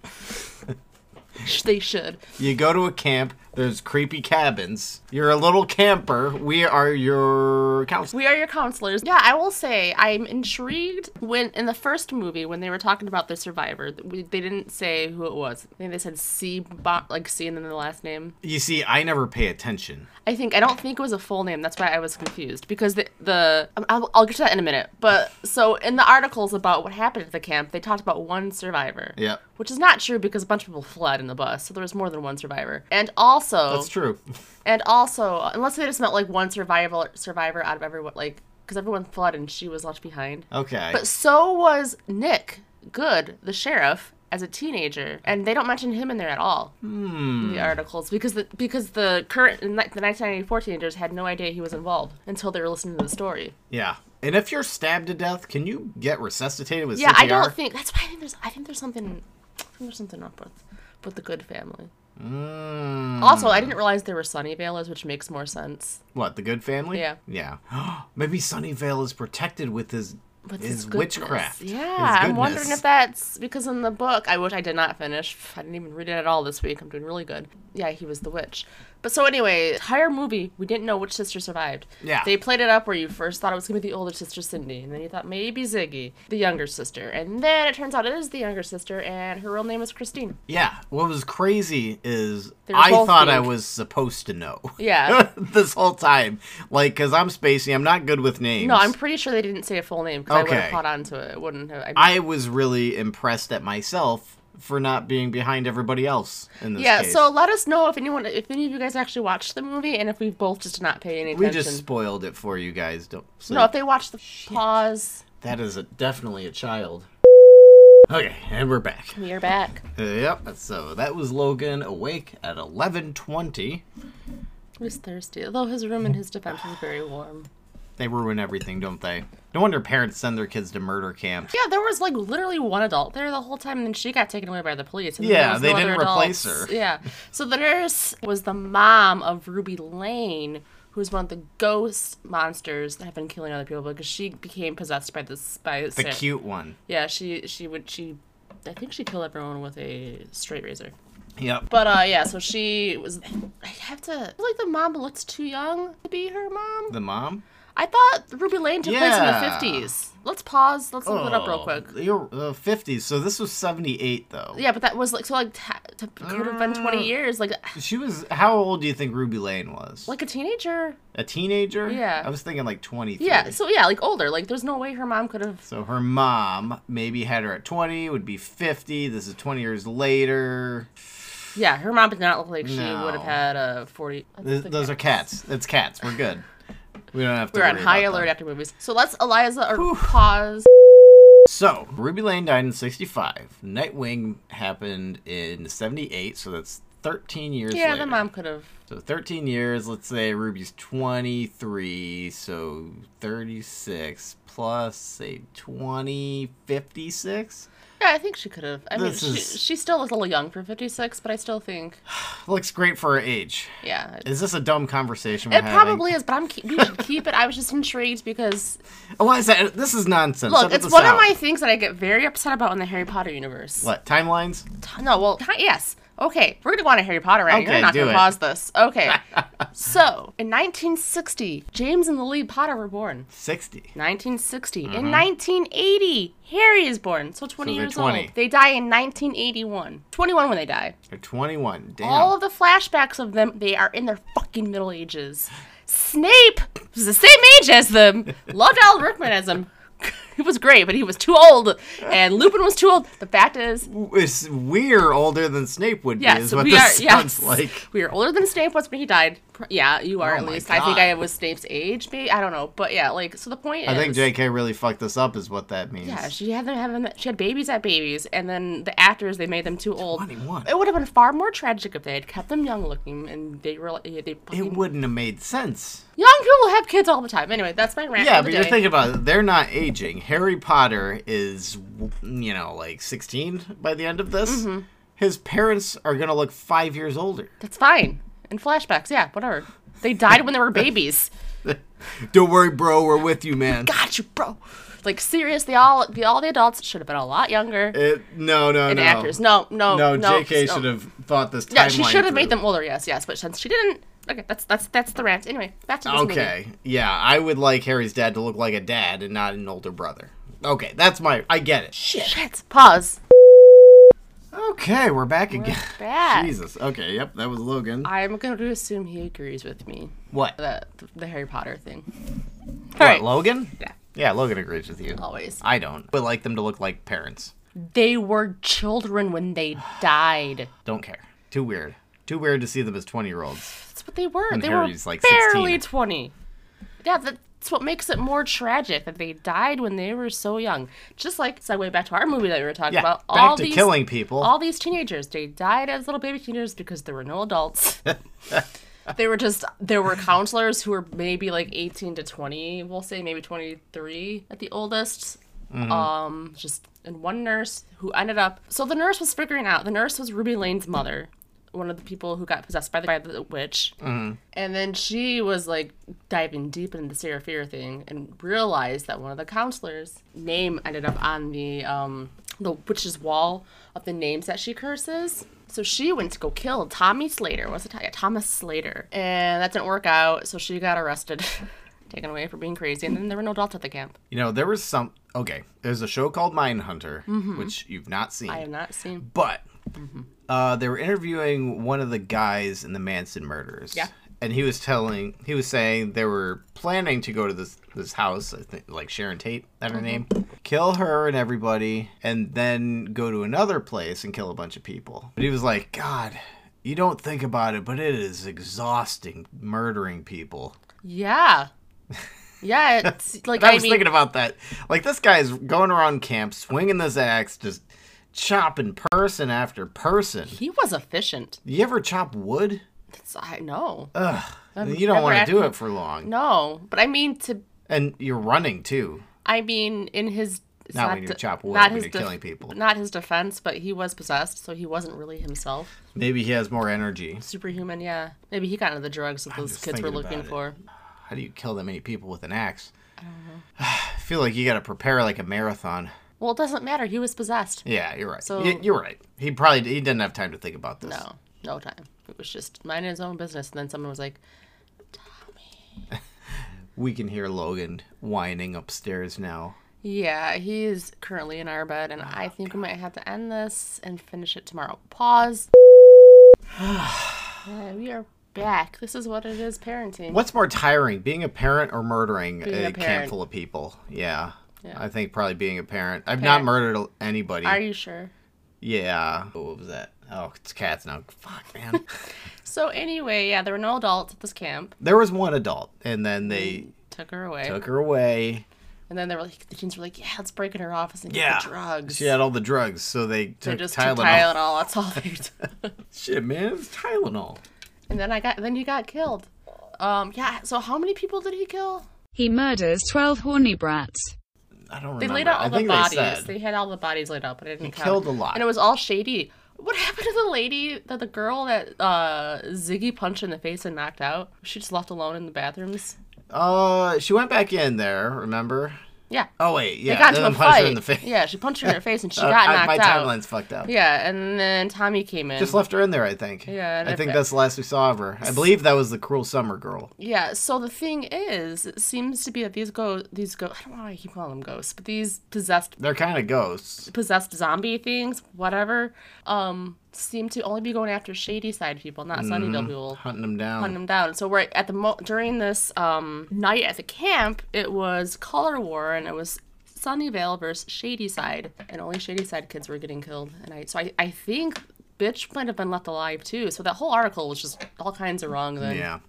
S2: they should.
S1: You go to a camp, there's creepy cabins. You're a little camper. We are your counselor.
S2: We are your counselors. Yeah, I will say I'm intrigued when in the first movie when they were talking about the survivor, th- we, they didn't say who it was. I think they said C, bo- like C, and then the last name.
S1: You see, I never pay attention.
S2: I think I don't think it was a full name. That's why I was confused because the the um, I'll, I'll get to that in a minute. But so in the articles about what happened at the camp, they talked about one survivor.
S1: Yeah.
S2: Which is not true because a bunch of people fled in the bus, so there was more than one survivor. And also,
S1: That's true.
S2: and also, unless they just meant like one survival survivor out of everyone, like because everyone fled and she was left behind.
S1: Okay.
S2: But so was Nick Good, the sheriff, as a teenager, and they don't mention him in there at all in the articles because the because the current the 1994 teenagers had no idea he was involved until they were listening to the story.
S1: yeah. And if you're stabbed to death, can you get resuscitated with
S2: Yeah,
S1: CPR?
S2: I don't think that's why I think there's I think there's something I think there's something up with with the Good family.
S1: Mm.
S2: Also, I didn't realize they were Sunnyvalers, which makes more sense.
S1: What, the good family?
S2: Yeah.
S1: Yeah. Maybe Sunnyvale is protected with his
S2: With
S1: his,
S2: his goodness.
S1: witchcraft.
S2: Yeah,
S1: His
S2: I'm wondering
S1: goodness.
S2: if that's because in the book, I wish I did not finish. I didn't even read it at all this week. I'm doing really good. Yeah, he was the witch. But so anyway, entire movie, we didn't know which sister survived.
S1: Yeah.
S2: They played it up where you first thought it was gonna be the older sister Cindy, and then you thought maybe Ziggy, the younger sister, and then it turns out it is the younger sister, and her real name is Christine.
S1: Yeah. What was crazy is
S2: They were
S1: I
S2: both
S1: thought I
S2: being-
S1: was supposed to know.
S2: Yeah.
S1: this whole time. Like, because I'm spacing, I'm not good with names.
S2: No, I'm pretty sure they didn't say a full name because I would
S1: Okay.
S2: have caught on to it. It wouldn't have. I,
S1: I was really impressed at myself for not being behind everybody else in this
S2: yeah.
S1: case.
S2: So let us know if anyone, if any of you guys actually watched the movie, and if we both just did not pay any
S1: we
S2: attention.
S1: just spoiled it for you guys. Don't sleep.
S2: no, if they watched the pause,
S1: that is a, definitely a child. Okay, and we're back.
S2: we are back.
S1: Yep. So that was Logan awake at 11:20.
S2: He was thirsty, although his room in his defense was very warm.
S1: They ruin everything, don't they? No wonder parents send their kids to murder camps.
S2: Yeah, there was like literally one adult there the whole time, and then she got taken away by the police. And
S1: Yeah,
S2: there was
S1: they
S2: no
S1: didn't
S2: other
S1: replace
S2: adults.
S1: her.
S2: Yeah. So the nurse was the mom of Ruby Lane, who's one of the ghost monsters that have been killing other people because she became possessed by this by
S1: The cute one.
S2: Yeah, she she would she. I think she killed everyone with a straight razor.
S1: Yep.
S2: But uh yeah, so she was I have to I feel like the mom looks too young to be her mom.
S1: The mom?
S2: I thought Ruby Lane took
S1: Yeah.
S2: place in the 50s. Let's pause. Let's look it up real quick.
S1: You're uh, 50s, so this was 78 though.
S2: Yeah, but that was like so like ta- t- could have been
S1: Uh.
S2: 20 years like
S1: She was how old do you think Ruby Lane was?
S2: like a teenager.
S1: a teenager?
S2: Yeah.
S1: I was thinking like 23.
S2: Yeah, so yeah, like older. Like there's no way her mom could have
S1: So her mom maybe had her at 20, would be 50. This is 20 years later.
S2: Yeah, her mom did not look like she
S1: No.
S2: would have had a 40 I don't
S1: Th-
S2: think
S1: those
S2: I-
S1: are cats. It's cats. We're good. We don't have to.
S2: We're on
S1: worry
S2: high
S1: about
S2: alert
S1: them.
S2: after movies. So let's Eliza or pause.
S1: So Ruby Lane died in '65. Nightwing happened in '78, so that's 13 years.
S2: Yeah,
S1: later.
S2: the mom could have
S1: So 13 years. Let's say Ruby's 23, so 36 plus say 20, 56.
S2: Yeah, I think she could have. I mean,
S1: This
S2: she,
S1: is-
S2: she still is a little young for 56, but I still think,
S1: Looks great for her age.
S2: yeah. It,
S1: Is this a dumb conversation we're having?
S2: probably is, but I'm keep, we should keep it. I was just intrigued because,
S1: Eliza, this is nonsense.
S2: look,
S1: Edit
S2: it's
S1: this
S2: one
S1: out.
S2: of my things that I get very upset about in the Harry Potter universe.
S1: what timelines.
S2: T- No, well, ki- yes. Okay, we're going to go on a Harry Potter rant.
S1: Okay,
S2: You're not
S1: do
S2: going
S1: it.
S2: to pause this. Okay. so, in 1960, James and Lily Potter were born.
S1: 60.
S2: 1960. In 1980, Harry is born. So
S1: Mm-hmm. So
S2: 20
S1: they're
S2: years
S1: 20.
S2: old. They die in 1981. 21 when they die.
S1: They're 21. Damn.
S2: All of the flashbacks of them, they are in their fucking middle ages. Snape was the same age as them. Loved Alan Rickman as him. He was great, but he was too old, and Lupin was too old. The fact is,
S1: It's we're older than Snape would be,
S2: yes,
S1: is what
S2: we
S1: this
S2: are.
S1: sounds
S2: Yes,
S1: like.
S2: we are older than Snape was when he died. Pr- Yeah, you are
S1: Oh
S2: at
S1: my
S2: least. I think
S1: God.
S2: I was Snape's age, maybe. I don't know, but yeah, like so. The point
S1: I
S2: is,
S1: think JK really fucked this up, is what that means.
S2: Yeah, she had them having she had babies at babies, and then the actors they made them too old.
S1: 21.
S2: It would have been far more tragic if they had kept them young looking, and they were like, they
S1: it
S2: fucking
S1: wouldn't have made sense.
S2: Young people have kids all the time. Anyway, that's my rant.
S1: Yeah,
S2: for the
S1: but you're
S2: day.
S1: thinking about it. They're not aging. Harry Potter is, you know, like 16 by the end of this.
S2: Mm-hmm.
S1: His parents are going to look five years older.
S2: that's fine. In flashbacks, yeah, whatever. They died when they were babies.
S1: Don't worry, bro. We're with you, man.
S2: Got you, bro. Like serious, they all the all the adults should have been a lot younger.
S1: It, no, Eh, no,
S2: and
S1: no.
S2: actors, no, no,
S1: No,
S2: no.
S1: JK
S2: no.
S1: should have thought this
S2: Yeah, she
S1: timeline
S2: should have made
S1: through.
S2: them older. Yes, yes, but since she didn't, okay, that's that's that's the rant. Anyway, back to this movie.
S1: Okay. Yeah, I would like Harry's dad to look like a dad and not an older brother. Okay, that's my. I get it.
S2: Shit. Pause.
S1: Okay, we're back again.
S2: Back.
S1: Jesus. Okay, yep, that was Logan.
S2: I'm going to assume he agrees with me
S1: what?
S2: that the Harry Potter thing.
S1: what,
S2: All right.
S1: Logan?
S2: Yeah.
S1: Yeah, Logan agrees with you.
S2: Always.
S1: I don't. Would like them to look like parents.
S2: They were children when they died.
S1: Don't care. Too weird. Too weird to see them as 20 year olds.
S2: That's what they were. they
S1: Harry's,
S2: were
S1: like,
S2: barely
S1: 16.
S2: 20. Yeah, that's what makes it more tragic that they died when they were so young. Just like segue back to our movie that we were talking
S1: Yeah.
S2: about.
S1: back
S2: all
S1: to
S2: these,
S1: killing people.
S2: All these teenagers, they died as little baby teenagers because there were no adults. they were just there were counselors who were maybe like 18 to 20, we'll say maybe 23 at the oldest.
S1: Mm-hmm.
S2: Um, just and one nurse who ended up. So the nurse was figuring out. The nurse was Ruby Lane's mother, one of the people who got possessed by the, by the witch. And then she was like diving deep into the Sarah Fear thing and realized that one of the counselors' name ended up on the um the witch's wall of the names that she curses. So she went to go kill Tommy Slater. What's it? Yeah, Thomas Slater. And that didn't work out, so she got arrested, taken away for being crazy, and then there were no adults at the camp.
S1: You know, there was some. Okay, there's a show called Mindhunter,
S2: Mm-hmm.
S1: which you've not seen.
S2: I have not seen.
S1: But
S2: Mm-hmm.
S1: uh, they were interviewing one of the guys in the Manson murders.
S2: Yeah.
S1: And he was telling, he was saying they were planning to go to this this house, I think, like Sharon Tate, is that her
S2: Mm-hmm.
S1: name, kill her and everybody, and then go to another place and kill a bunch of people. But he was like, God, you don't think about it, but it is exhausting murdering people.
S2: Yeah. Yeah, it's like
S1: And I,
S2: I,
S1: was
S2: mean,
S1: thinking about that. Like this guy's going around camp, swinging this axe, just chopping person after person.
S2: he was efficient.
S1: You ever chop wood?
S2: That's, I know.
S1: Ugh.
S2: I've
S1: you don't
S2: never
S1: want to do
S2: actually-
S1: it for long.
S2: No, but I mean to.
S1: And you're running too.
S2: I mean, in his it's
S1: Not when you're
S2: de-
S1: chop wood,
S2: not
S1: when
S2: his
S1: you're killing people.
S2: Not his defense, but he was possessed, so he wasn't really himself.
S1: Maybe he has more energy.
S2: Superhuman, yeah. Maybe he got into the drugs that those
S1: just
S2: kids were
S1: thinking
S2: looking
S1: about it.
S2: for.
S1: How do you kill that many people with an axe? I don't know. feel like you got to prepare like a marathon.
S2: Well, it doesn't matter. He was possessed.
S1: Yeah, you're right.
S2: So-
S1: Y- you're right. He probably he didn't have time to think about this.
S2: No, no time. It was just minding his own business, and then someone was like,
S1: We can hear Logan whining upstairs now.
S2: "Yeah, he is currently in our bed, and
S1: Oh,
S2: I think we might have to end this and finish it tomorrow." Pause. Yeah, we are back. This is what it is, parenting.
S1: What's more tiring, being a parent or murdering
S2: Being
S1: a,
S2: a
S1: camp
S2: parent.
S1: full of people? Yeah.
S2: Yeah.
S1: I think probably being a parent. I've not
S2: Parent.
S1: murdered anybody.
S2: Are you sure?
S1: Yeah. What was that? Oh, it's cats now. Fuck, man.
S2: So anyway, yeah, there were no adults at this camp.
S1: there was one adult, and then they
S2: Took her away,
S1: took her away.
S2: and then they were like, the teens were like, "Yeah, let's break into her office and get
S1: Yeah.
S2: the drugs."
S1: She had all the drugs, so they
S2: So
S1: took
S2: just
S1: Tylenol.
S2: took Tylenol. That's all they took.
S1: Shit, man, it's Tylenol.
S2: and then I got, then you got killed. Um, yeah. So how many people did he kill?
S4: He murders 12 horny brats.
S1: I don't remember.
S2: They laid out all
S1: I
S2: the
S1: think
S2: bodies.
S1: They said,
S2: They, had all the bodies laid out, but I didn't count.
S1: killed a lot.
S2: and it was all shady. What happened to the lady, the, the girl that uh, Ziggy punched in the face and knocked out? She just left alone in the bathrooms.
S1: uh, she went back in there. Remember?
S2: Yeah,
S1: Oh wait, yeah.
S2: they got
S1: then
S2: into a
S1: they punched
S2: fight.
S1: her in the face.
S2: Yeah, she punched her in her face and she
S1: Uh,
S2: got
S1: I-
S2: knocked
S1: my
S2: out.
S1: timeline's fucked up.
S2: Yeah, and then Tommy came in.
S1: Just left her in there, I think.
S2: Yeah, and
S1: I
S2: if
S1: think
S2: it-
S1: that's the last we saw of her. I believe that was the cruel summer girl.
S2: Yeah. So the thing is, it seems to be that these go these go. I don't know why I keep calling them ghosts, but these possessed
S1: They're kind of ghosts.
S2: possessed zombie things, whatever, um, seem to only be going after shady side people, not Sunnydale people.
S1: Hunting them down.
S2: Hunting them down. So we're at the mo- during this um, night at the camp, it was color war and it was Sunnyvale versus Shady Side, and only Shady Side kids were getting killed. And I so I, I think bitch might have been left alive too. So that whole article was just all kinds of wrong then.
S1: Yeah.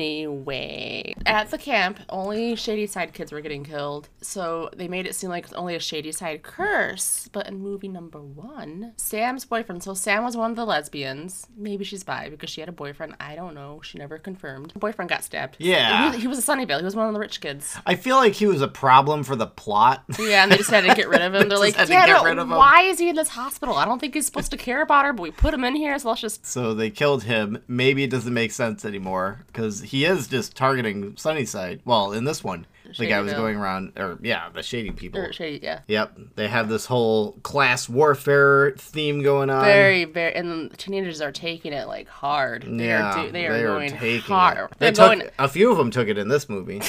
S2: Anyway, at the camp, only Shady Side kids were getting killed, so they made it seem like it's only a Shady Side curse. But in movie number one, Sam's boyfriend, so Sam was one of the lesbians. Maybe she's bi because she had a boyfriend. I don't know. She never confirmed. boyfriend got stabbed.
S1: Yeah.
S2: He was, he was a Sunnyvale. He was one of the rich kids.
S1: I feel like he was a problem for the plot.
S2: Yeah, and they just had to get rid of him. They're
S1: They
S2: like,
S1: just had to
S2: yeah,
S1: get
S2: but
S1: rid of him."
S2: why is he in this hospital? I don't think he's supposed to care about her, but we put him in here, so let's just
S1: so they killed him. Maybe it doesn't make sense anymore because he is just targeting Sunnyside. Well, in this one, the guy was
S2: Shadyville.
S1: going around, or yeah, the shady people.
S2: or shady, yeah.
S1: Yep, they have this whole class warfare theme going on.
S2: Very, very, and the teenagers are taking it like hard. They
S1: yeah,
S2: are, do, they are, going
S1: taking
S2: hard.
S1: it. They
S2: They're
S1: took,
S2: going,
S1: a few of them took it in this movie.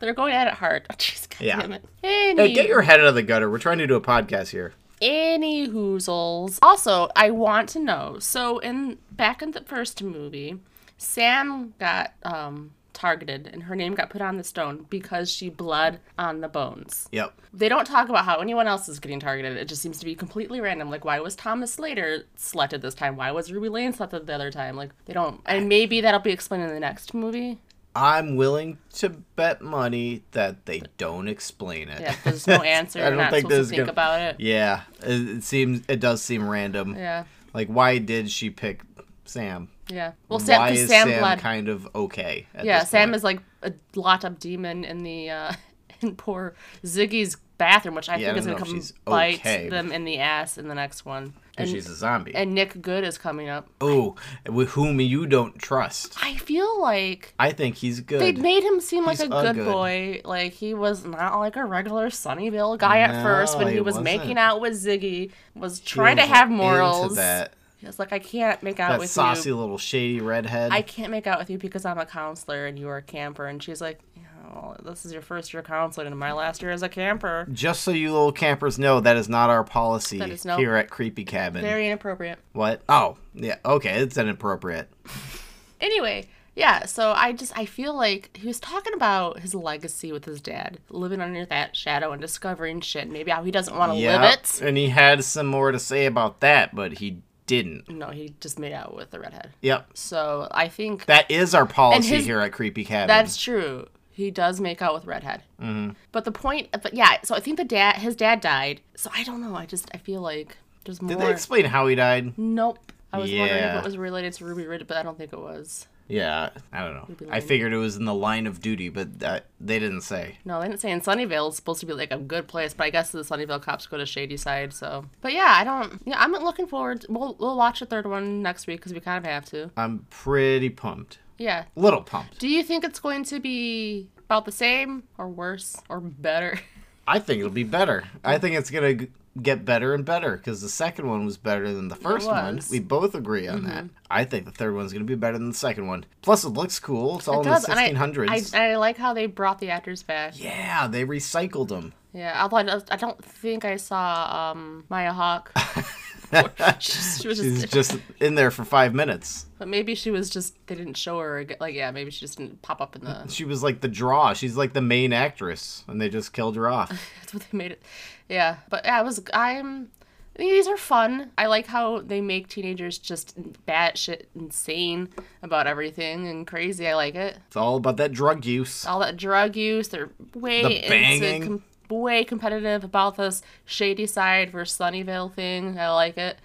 S2: they're going at it hard. Oh, jeez, God
S1: Yeah.
S2: damn it. Any,
S1: hey, get your head out of the gutter. We're trying to do a podcast here.
S2: any hoozles. Also, I want to know. So, in back in the first movie, Sam got um targeted, and her name got put on the stone because she bled on the bones.
S1: Yep.
S2: They don't talk about how anyone else is getting targeted. It just seems to be completely random. Like, why was Thomas Slater selected this time? Why was Ruby Lane selected the other time? Like, they don't. And maybe that'll be explained in the next movie.
S1: I'm willing to bet money that they don't explain it.
S2: Yeah, there's no answer.
S1: I
S2: You're
S1: don't
S2: not
S1: think
S2: supposed to
S1: there's
S2: think
S1: gonna-
S2: about it.
S1: Yeah, it, it seems it does seem random.
S2: Yeah,
S1: Like, why did she pick Sam?
S2: yeah. Well, Sam,
S1: why
S2: 'cause
S1: is
S2: Sam,
S1: Sam
S2: bled.
S1: kind of okay? At
S2: yeah,
S1: this
S2: Sam
S1: point?
S2: is like a locked up demon in the uh, in poor Ziggy's bathroom, which I
S1: Yeah, I
S2: think is
S1: don't
S2: gonna
S1: know if
S2: come
S1: she's
S2: bite
S1: okay.
S2: them in the ass in the next one.
S1: 'Cause
S2: And,
S1: she's a zombie.
S2: and Nick Good is coming up.
S1: Ooh, with whom you don't trust.
S2: I feel like
S1: I think he's good.
S2: They made him seem like
S1: He's
S2: a
S1: a
S2: good,
S1: good.
S2: boy. Like he was not like a regular Sunnyvale guy at first
S1: No,
S2: when he,
S1: he
S2: was
S1: wasn't.
S2: making out with Ziggy, was
S1: He
S2: trying to
S1: was
S2: have
S1: into
S2: morals.
S1: that.
S2: It's like I can't make out
S1: That
S2: with
S1: saucy
S2: you.
S1: little shady redhead.
S2: I can't make out with you because I'm a counselor and you are a camper. And she's like, oh, this is your first year counseling and my last year as a camper.
S1: Just so you little campers know, that is not our policy
S2: That is no-
S1: here at Creepy Cabin.
S2: Very inappropriate.
S1: What? Oh, yeah. Okay, it's inappropriate.
S2: Anyway, yeah, so I just I feel like he was talking about his legacy with his dad, living under that shadow and discovering shit, maybe how he doesn't want to live it.
S1: And he had some more to say about that, but he didn't.
S2: No, he just made out with the redhead.
S1: Yep.
S2: So I think
S1: That is our policy
S2: his-
S1: here at Creepy Cabin.
S2: that's true. He does make out with redhead. Mm-hmm. But the point, but yeah, so I think the dad, his dad died. So I don't know. I just I feel like there's more.
S1: Did they explain how he died?
S2: Nope. I was wondering if
S1: Yeah.
S2: it was related to Ruby Ridge, but I don't think it was.
S1: Yeah, I don't know. I
S2: lying.
S1: figured it was in the line of duty, but that, they didn't say.
S2: No, they didn't say in Sunnyvale is supposed to be like a good place, but I guess the Sunnyvale cops go to Shady Side. So, but yeah, I don't. Yeah, I'm looking forward. we'll we'll watch the third one next week because we kind of have to.
S1: I'm pretty pumped.
S2: Yeah.
S1: Little pumped.
S2: Do you think it's going to be about the same or worse or better?
S1: I think it'll be better. I think it's gonna g- get better and better because the second one was better than the first one.
S2: was. Mm-hmm.
S1: We both agree on that. I think the third one's gonna be better than the second one. Plus, it looks cool. It's all in the
S2: and I-
S1: 1600s.
S2: I, I, like how they brought the actors back.
S1: Yeah, they recycled them.
S2: Yeah, although I don't- I don't think I saw um, Maya Hawk. she was
S1: She's
S2: just,
S1: just in there for five minutes.
S2: but maybe she was just they didn't show her ag- like yeah maybe she just didn't pop up in the
S1: She was like the draw. She's like the main actress, and they just killed her off.
S2: That's what they made it. Yeah, but yeah, I was I'm. I think These are fun. I like how they make teenagers just batshit insane about everything and crazy. I like it.
S1: It's all about that drug use.
S2: All that drug use. They're way
S1: The banging.
S2: into com- way competitive about this shady side versus Sunnyvale thing. I like it.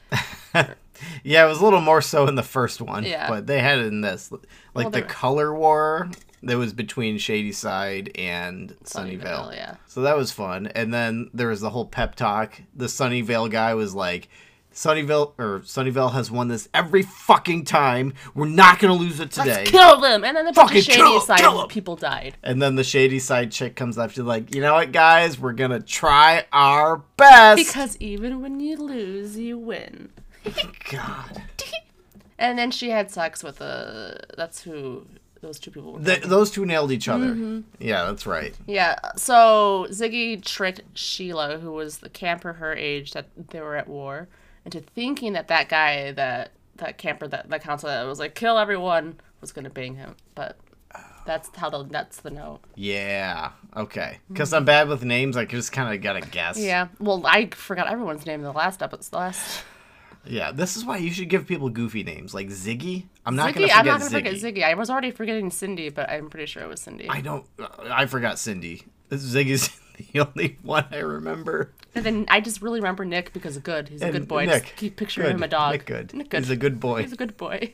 S1: Yeah, it was a little more so in the first one,
S2: Yeah.
S1: but they had it in this. Like the
S2: they-
S1: color war that was between Shady Side and Sunnyvale.
S2: Sunnyvale, yeah.
S1: So that was fun. And then there was the whole pep talk. The Sunnyvale guy was like, Sunnyvale or Sunnyvale has won this every fucking time. We're not gonna lose it today.
S2: Kill them, and then the bunch
S1: Fucking
S2: of
S1: kill
S2: shady
S1: 'em,
S2: side
S1: kill 'em.
S2: people died.
S1: And then the shady side chick comes up. She's like, you know what, guys? We're gonna try our best.
S2: Because even when you lose, you win.
S1: God,
S2: And then she had sex with a. That's who those two people were.
S1: Th- those two nailed each other.
S2: Mm-hmm.
S1: Yeah, that's right.
S2: Yeah, so Ziggy tricked Sheila, who was the camper her age that they were at war, into thinking that that guy, that that camper, that that council that was like kill everyone, was gonna bang him. But that's how the that's the no.
S1: Yeah. Okay. Because I'm bad with names, I just kind of gotta guess.
S2: Mm-hmm. Yeah. Well, I forgot everyone's name in the last episode. The last
S1: Yeah. This is why you should give people goofy names like Ziggy. I'm not
S2: Ziggy.
S1: gonna forget
S2: I'm not gonna
S1: Ziggy.
S2: forget Ziggy. I was already forgetting Cindy, but I'm pretty sure it was Cindy.
S1: I don't. I forgot Cindy. Ziggy's the only one I remember.
S2: And then I just really remember Nick because good. He's a good
S1: And
S2: boy. I just
S1: Nick,
S2: keep picturing
S1: good.
S2: him a dog.
S1: Nick good.
S2: Nick good.
S1: He's a good boy.
S2: He's a good boy.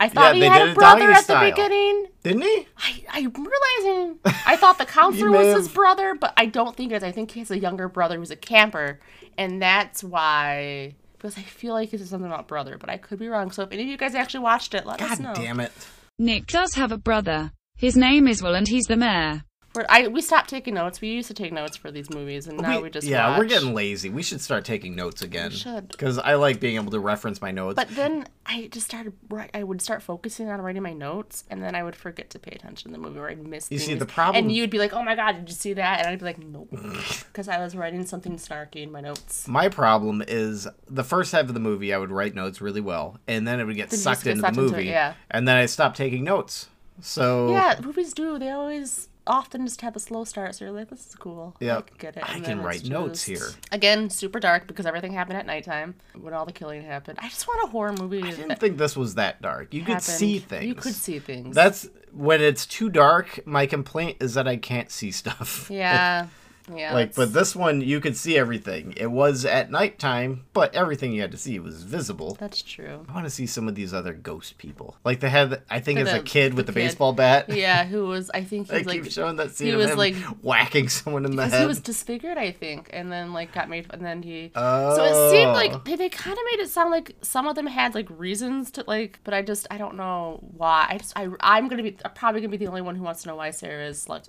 S2: I thought
S1: they
S2: he had
S1: did
S2: a
S1: it
S2: brother
S1: doggy
S2: at
S1: style.
S2: the beginning.
S1: Didn't he?
S2: I, I'm realizing I thought the counselor
S1: may
S2: was
S1: have-
S2: his brother, but I don't think it is. I think he has a younger brother who's a camper, and that's why. Because I feel like it's something about brother, but I could be wrong. So if any of you guys actually watched it, let us
S1: God
S2: know.
S1: damn it.
S4: Nick does have a brother. His name is Will and he's the mayor.
S2: We're, I, we stopped taking notes. We used to take notes for these movies, and now we, just
S1: yeah,
S2: watch.
S1: we're getting lazy. We should start taking notes again.
S2: should.
S1: Because I like being able to reference my notes.
S2: But then I just started. wri- I would start focusing on writing my notes, and then I would forget to pay attention to the movie, or I'd miss.
S1: You see,
S2: things.
S1: the problem-
S2: and you'd be like, "Oh my god, did you see that?" And I'd be like, "Nope," because I was writing something snarky in my notes.
S1: My problem is the first half of the movie, I would write notes really well, and then it would get
S2: you
S1: sucked
S2: just get
S1: into
S2: sucked
S1: the
S2: into it,
S1: movie,
S2: yeah.
S1: and then I stopped taking notes. So
S2: Yeah, movies do. They always often just have a slow start, so you're like, "This is cool."
S1: Yep.
S2: I can get it.
S1: I
S2: and
S1: can
S2: then it's
S1: write notes
S2: just-
S1: here.
S2: Again, super dark because everything happened at nighttime when all the killing happened. I just want a horror movie.
S1: I didn't think this was that dark. You could see things.
S2: You could see things.
S1: That's when it's too dark. My complaint is that I can't see stuff.
S2: yeah, yeah.
S1: Like,
S2: that's-
S1: but this one, you could see everything. It was at nighttime, but everything you had to see was visible.
S2: that's true.
S1: I want to see some of these other ghost people. Like they had, I think it's a
S2: the-
S1: kid with the,
S2: the kid.
S1: baseball bat.
S2: Yeah, who was? I think
S1: They
S2: he's like
S1: keep showing that scene
S2: he
S1: of
S2: was
S1: him
S2: like-
S1: whacking someone in the
S2: Because
S1: head.
S2: he was disfigured, I think, and then like got made, and then he. So it seemed
S1: Oh.
S2: like they, they kind of made it sound like some of them had like reasons to like, but I just I don't know why. I just I I'm gonna be I'm probably gonna be the only one who wants to know why Sarah is like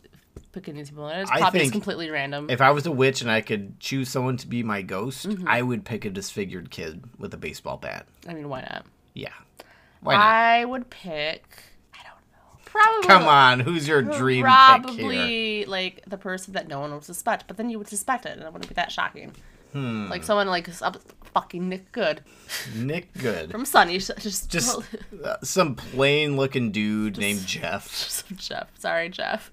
S2: picking these people. And it's
S1: I
S2: probably just
S1: think
S2: completely random.
S1: If I was a witch and I could choose someone to be my ghost,
S2: Mm-hmm.
S1: I would pick a disfigured kid with a baseball bat.
S2: I mean, why not?
S1: Yeah. Why not?
S2: I would pick. I don't know. Probably.
S1: Come on, who's your dream pick here?
S2: Probably like the person that no one would suspect, but then you would suspect it, and it wouldn't be that shocking.
S1: Hmm.
S2: Like someone like s- fucking Nick Good
S1: Nick Good.
S2: from Sunny, just
S1: Just
S2: just
S1: uh, some plain looking dude named Jeff.
S2: Jeff. Sorry, Jeff.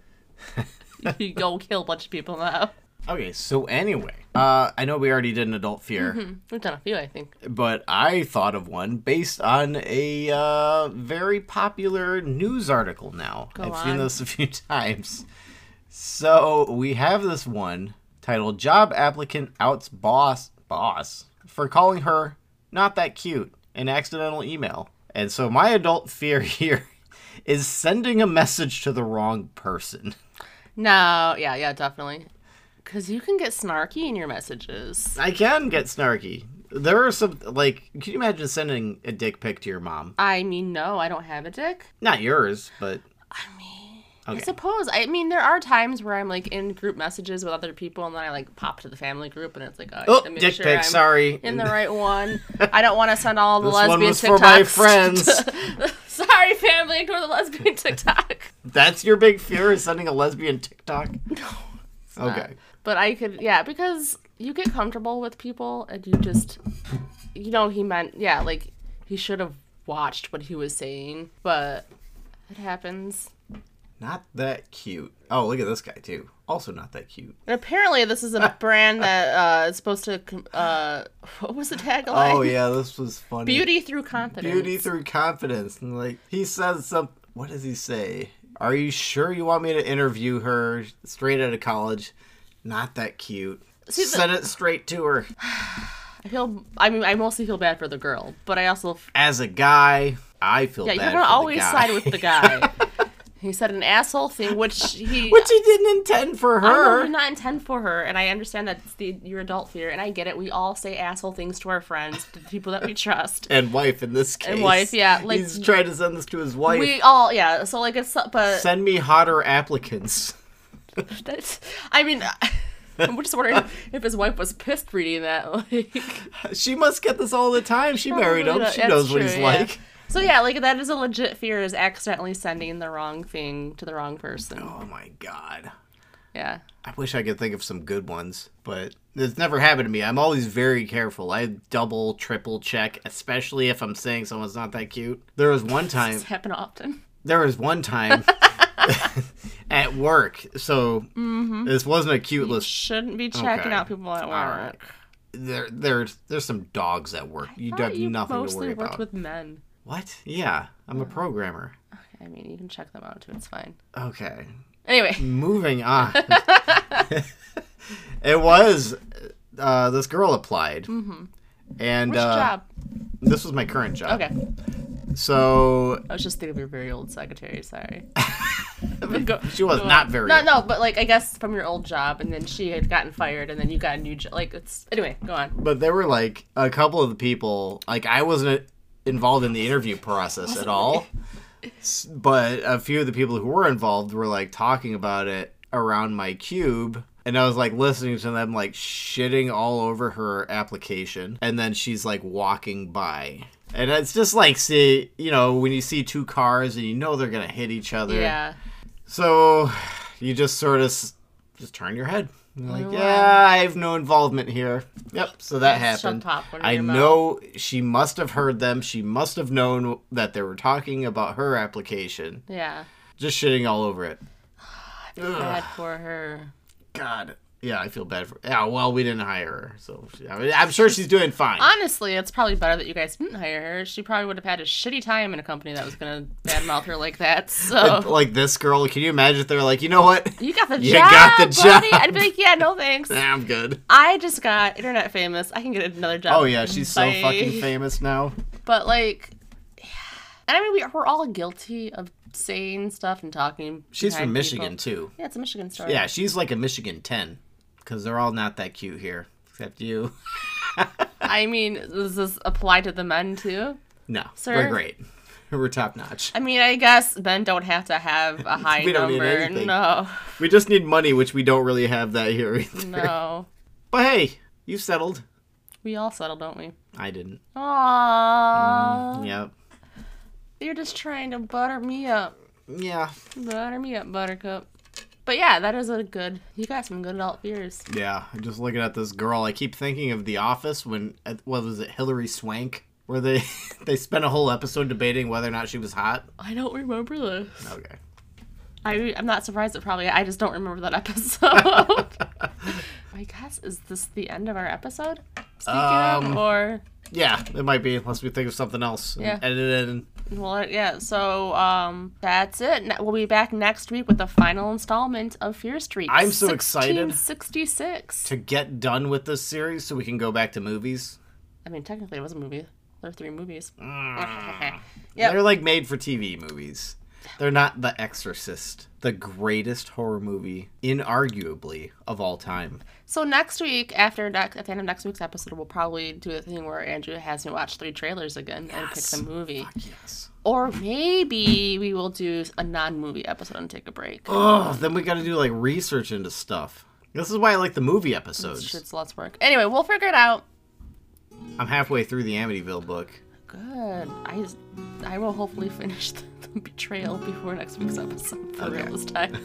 S2: you go kill a bunch of people now.
S1: Okay, so anyway, uh, I know we already did an adult fear,
S2: We've done a few, I think.
S1: but I thought of one based on a uh, very popular news article now. I've seen
S2: on.
S1: this a few times. So we have this one titled Job Applicant Outs Boss Boss for Calling Her Not That Cute, an accidental email. And so my adult fear here is sending a message to the wrong person.
S2: No, yeah, yeah, definitely. Because you can get snarky in your messages.
S1: I can get snarky. There are some like, can you imagine sending a dick pic to your mom?
S2: I mean, no, I don't have a dick.
S1: Not yours, but
S2: I
S1: Okay.
S2: suppose. I mean, there are times where I'm like in group messages with other people, and then I like pop to the family group, and it's like, oh, I
S1: oh,
S2: need to make
S1: dick
S2: sure
S1: pic.
S2: I'm
S1: sorry.
S2: in the right one. I don't want to send all the
S1: This
S2: lesbian
S1: one was
S2: TikToks
S1: for my friends.
S2: to- sorry, family, go to the lesbian TikTok.
S1: That's your big fear is sending a lesbian TikTok. No. Okay.
S2: but I could, yeah, because you get comfortable with people, and you just, you know, he meant, yeah, like he should have watched what he was saying, but it happens.
S1: Not that cute. Oh, look at this guy too. Also not that cute.
S2: And apparently, this is a brand that uh, is supposed to. Uh, what was the tagline?
S1: Oh yeah, this was funny.
S2: Beauty through confidence.
S1: Beauty through confidence. And like he says some what does he say? Are you sure you want me to interview her straight out of college? Not that cute.
S2: See, the-
S1: Send it straight to her.
S2: I feel. I mean, I mostly feel bad for the girl, but I also. f-
S1: as a guy, I feel
S2: Yeah,
S1: bad.
S2: you're
S1: for
S2: gonna
S1: the
S2: always
S1: guy.
S2: side with the guy. he said an asshole thing, which he.
S1: which he didn't intend for
S2: I know
S1: her.
S2: did not intend for her, and I understand that's the your adult fear, and I get it. We all say asshole things to our friends, to the people that we trust.
S1: And wife in this case.
S2: And wife, yeah, like-
S1: he's trying to send this to his wife.
S2: We all, yeah. So like it's, but
S1: Send me hotter applicants.
S2: that's. I mean, I'm just wondering if his wife was pissed reading that. Like,
S1: She must get this all the time. She married him.
S2: Probably not-
S1: She
S2: Oh, that's
S1: knows what
S2: true,
S1: he's
S2: yeah.
S1: like.
S2: So yeah, like that is a legit fear is accidentally sending the wrong thing to the wrong person.
S1: Oh my god.
S2: Yeah.
S1: I wish I could think of some good ones, but it's never happened to me. I'm always very careful. I double, triple check, especially if I'm saying someone's not that cute. There was one time
S2: It's happened often.
S1: there was one time at work. So
S2: Mm-hmm.
S1: this wasn't a cute list.
S2: Shouldn't be checking
S1: Okay.
S2: out people at work.
S1: right. There, there's there's some dogs at work. You
S2: Thought
S1: have
S2: you
S1: nothing to
S2: mostly
S1: worry
S2: worked
S1: about.
S2: with men.
S1: What? Yeah, I'm
S2: Uh.
S1: a programmer.
S2: I mean, you can check them out too. It's fine.
S1: Okay,
S2: Anyway,
S1: moving on. it was uh, this girl applied, and
S2: Mm-hmm. which
S1: uh,
S2: job?
S1: this was my current job.
S2: Okay,
S1: So
S2: I was just thinking of your very old secretary. Sorry. But go-
S1: she was
S2: go
S1: not
S2: on.
S1: very
S2: No,
S1: old.
S2: no, but like I guess from your old job, and then she had gotten fired, and then you got a new job. Like it's anyway. Go on.
S1: But there were like a couple of the people, like I wasn't involved in the interview process at all. S- But a few of the people who were involved were like talking about it around my cube. And I was like listening to them like shitting all over her application. And then she's like walking by. And it's just like, see, you know, when you see two cars and you know they're going to hit each other.
S2: Yeah.
S1: So you just sort of s- just turn your head. You're
S2: Oh,
S1: like, yeah, I have no involvement here. Yep. So that
S2: Just shove
S1: happened.
S2: popcorn in
S1: I
S2: your mouth.
S1: know she must have heard them. She must have known that they were talking about her application.
S2: Yeah.
S1: Just shitting all over it.
S2: Bad for her.
S1: God. Yeah, I feel bad for. Yeah, well, we didn't hire her, so I mean, I'm sure she's doing fine.
S2: Honestly, it's probably better that you guys didn't hire her. She probably would have had a shitty time in a company that was gonna badmouth her like that.
S1: But,
S2: So
S1: like this girl, can you imagine if they're like, you know what?
S2: you got the
S1: You
S2: job,
S1: got the
S2: buddy.
S1: job.
S2: I'd be like, yeah, no thanks.
S1: Nah, I'm good.
S2: I just got internet famous. I can get another job.
S1: Oh yeah, she's so
S2: Uh, Bye.
S1: fucking famous now.
S2: But like, yeah. and I mean, we, we're all guilty of saying stuff and talking.
S1: She's
S2: behind
S1: from
S2: people.
S1: Michigan too.
S2: Yeah, it's a Michigan story.
S1: Yeah, she's like a Michigan 10 because they're all not that cute here, except you.
S2: I mean, does this apply to the men too?
S1: No,
S2: Sir?
S1: we're great. We're top notch.
S2: I mean, I guess men don't have to have a high
S1: We don't need
S2: number.
S1: anything.
S2: no,
S1: We just need money, which we don't really have that here either.
S2: no.
S1: But hey, you settled.
S2: We all settle, don't we?
S1: I didn't.
S2: Aww.
S1: Yep.
S2: You're just trying to butter me up.
S1: Yeah.
S2: Butter me up, Buttercup. But yeah, that is a good. You got some good adult beers.
S1: Yeah. I'm just looking at this girl. I keep thinking of The Office when uh, what was it, Hillary Swank, where they they spent a whole episode debating whether or not she was hot.
S2: I don't remember this.
S1: Okay.
S2: I, I'm not surprised that probably I just don't remember that episode. I guess is this the end of our episode? Speaking
S1: Um,
S2: of, or
S1: Yeah, it might be unless we think of something else. and
S2: Yeah.
S1: Edit it in.
S2: well, yeah. So um, that's it. Ne- We'll be back next week with the final installment of Fear Street.
S1: I'm so excited.
S2: 1666.
S1: to get done with this series so we can go back to movies.
S2: I mean, technically, it was a movie. There are three movies.
S1: Mm. They're like made for TV movies. They're not The Exorcist, the greatest horror movie, inarguably, of all time.
S2: So next week, after next, at the end of next week's episode, we'll probably do the thing where Andrew has me watch three trailers again and pick the movie,
S1: Yes.
S2: or maybe we will do a non-movie episode and take a break.
S1: Oh, then we gotta do like research into stuff. This is why I like the movie episodes.
S2: It's lots of work. Anyway, we'll figure it out.
S1: I'm halfway through the Amityville book.
S2: Good. I I will hopefully finish the, the betrayal before next week's episode for real this time.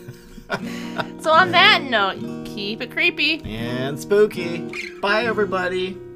S2: so on that note, keep it creepy.
S1: And spooky. Bye, everybody.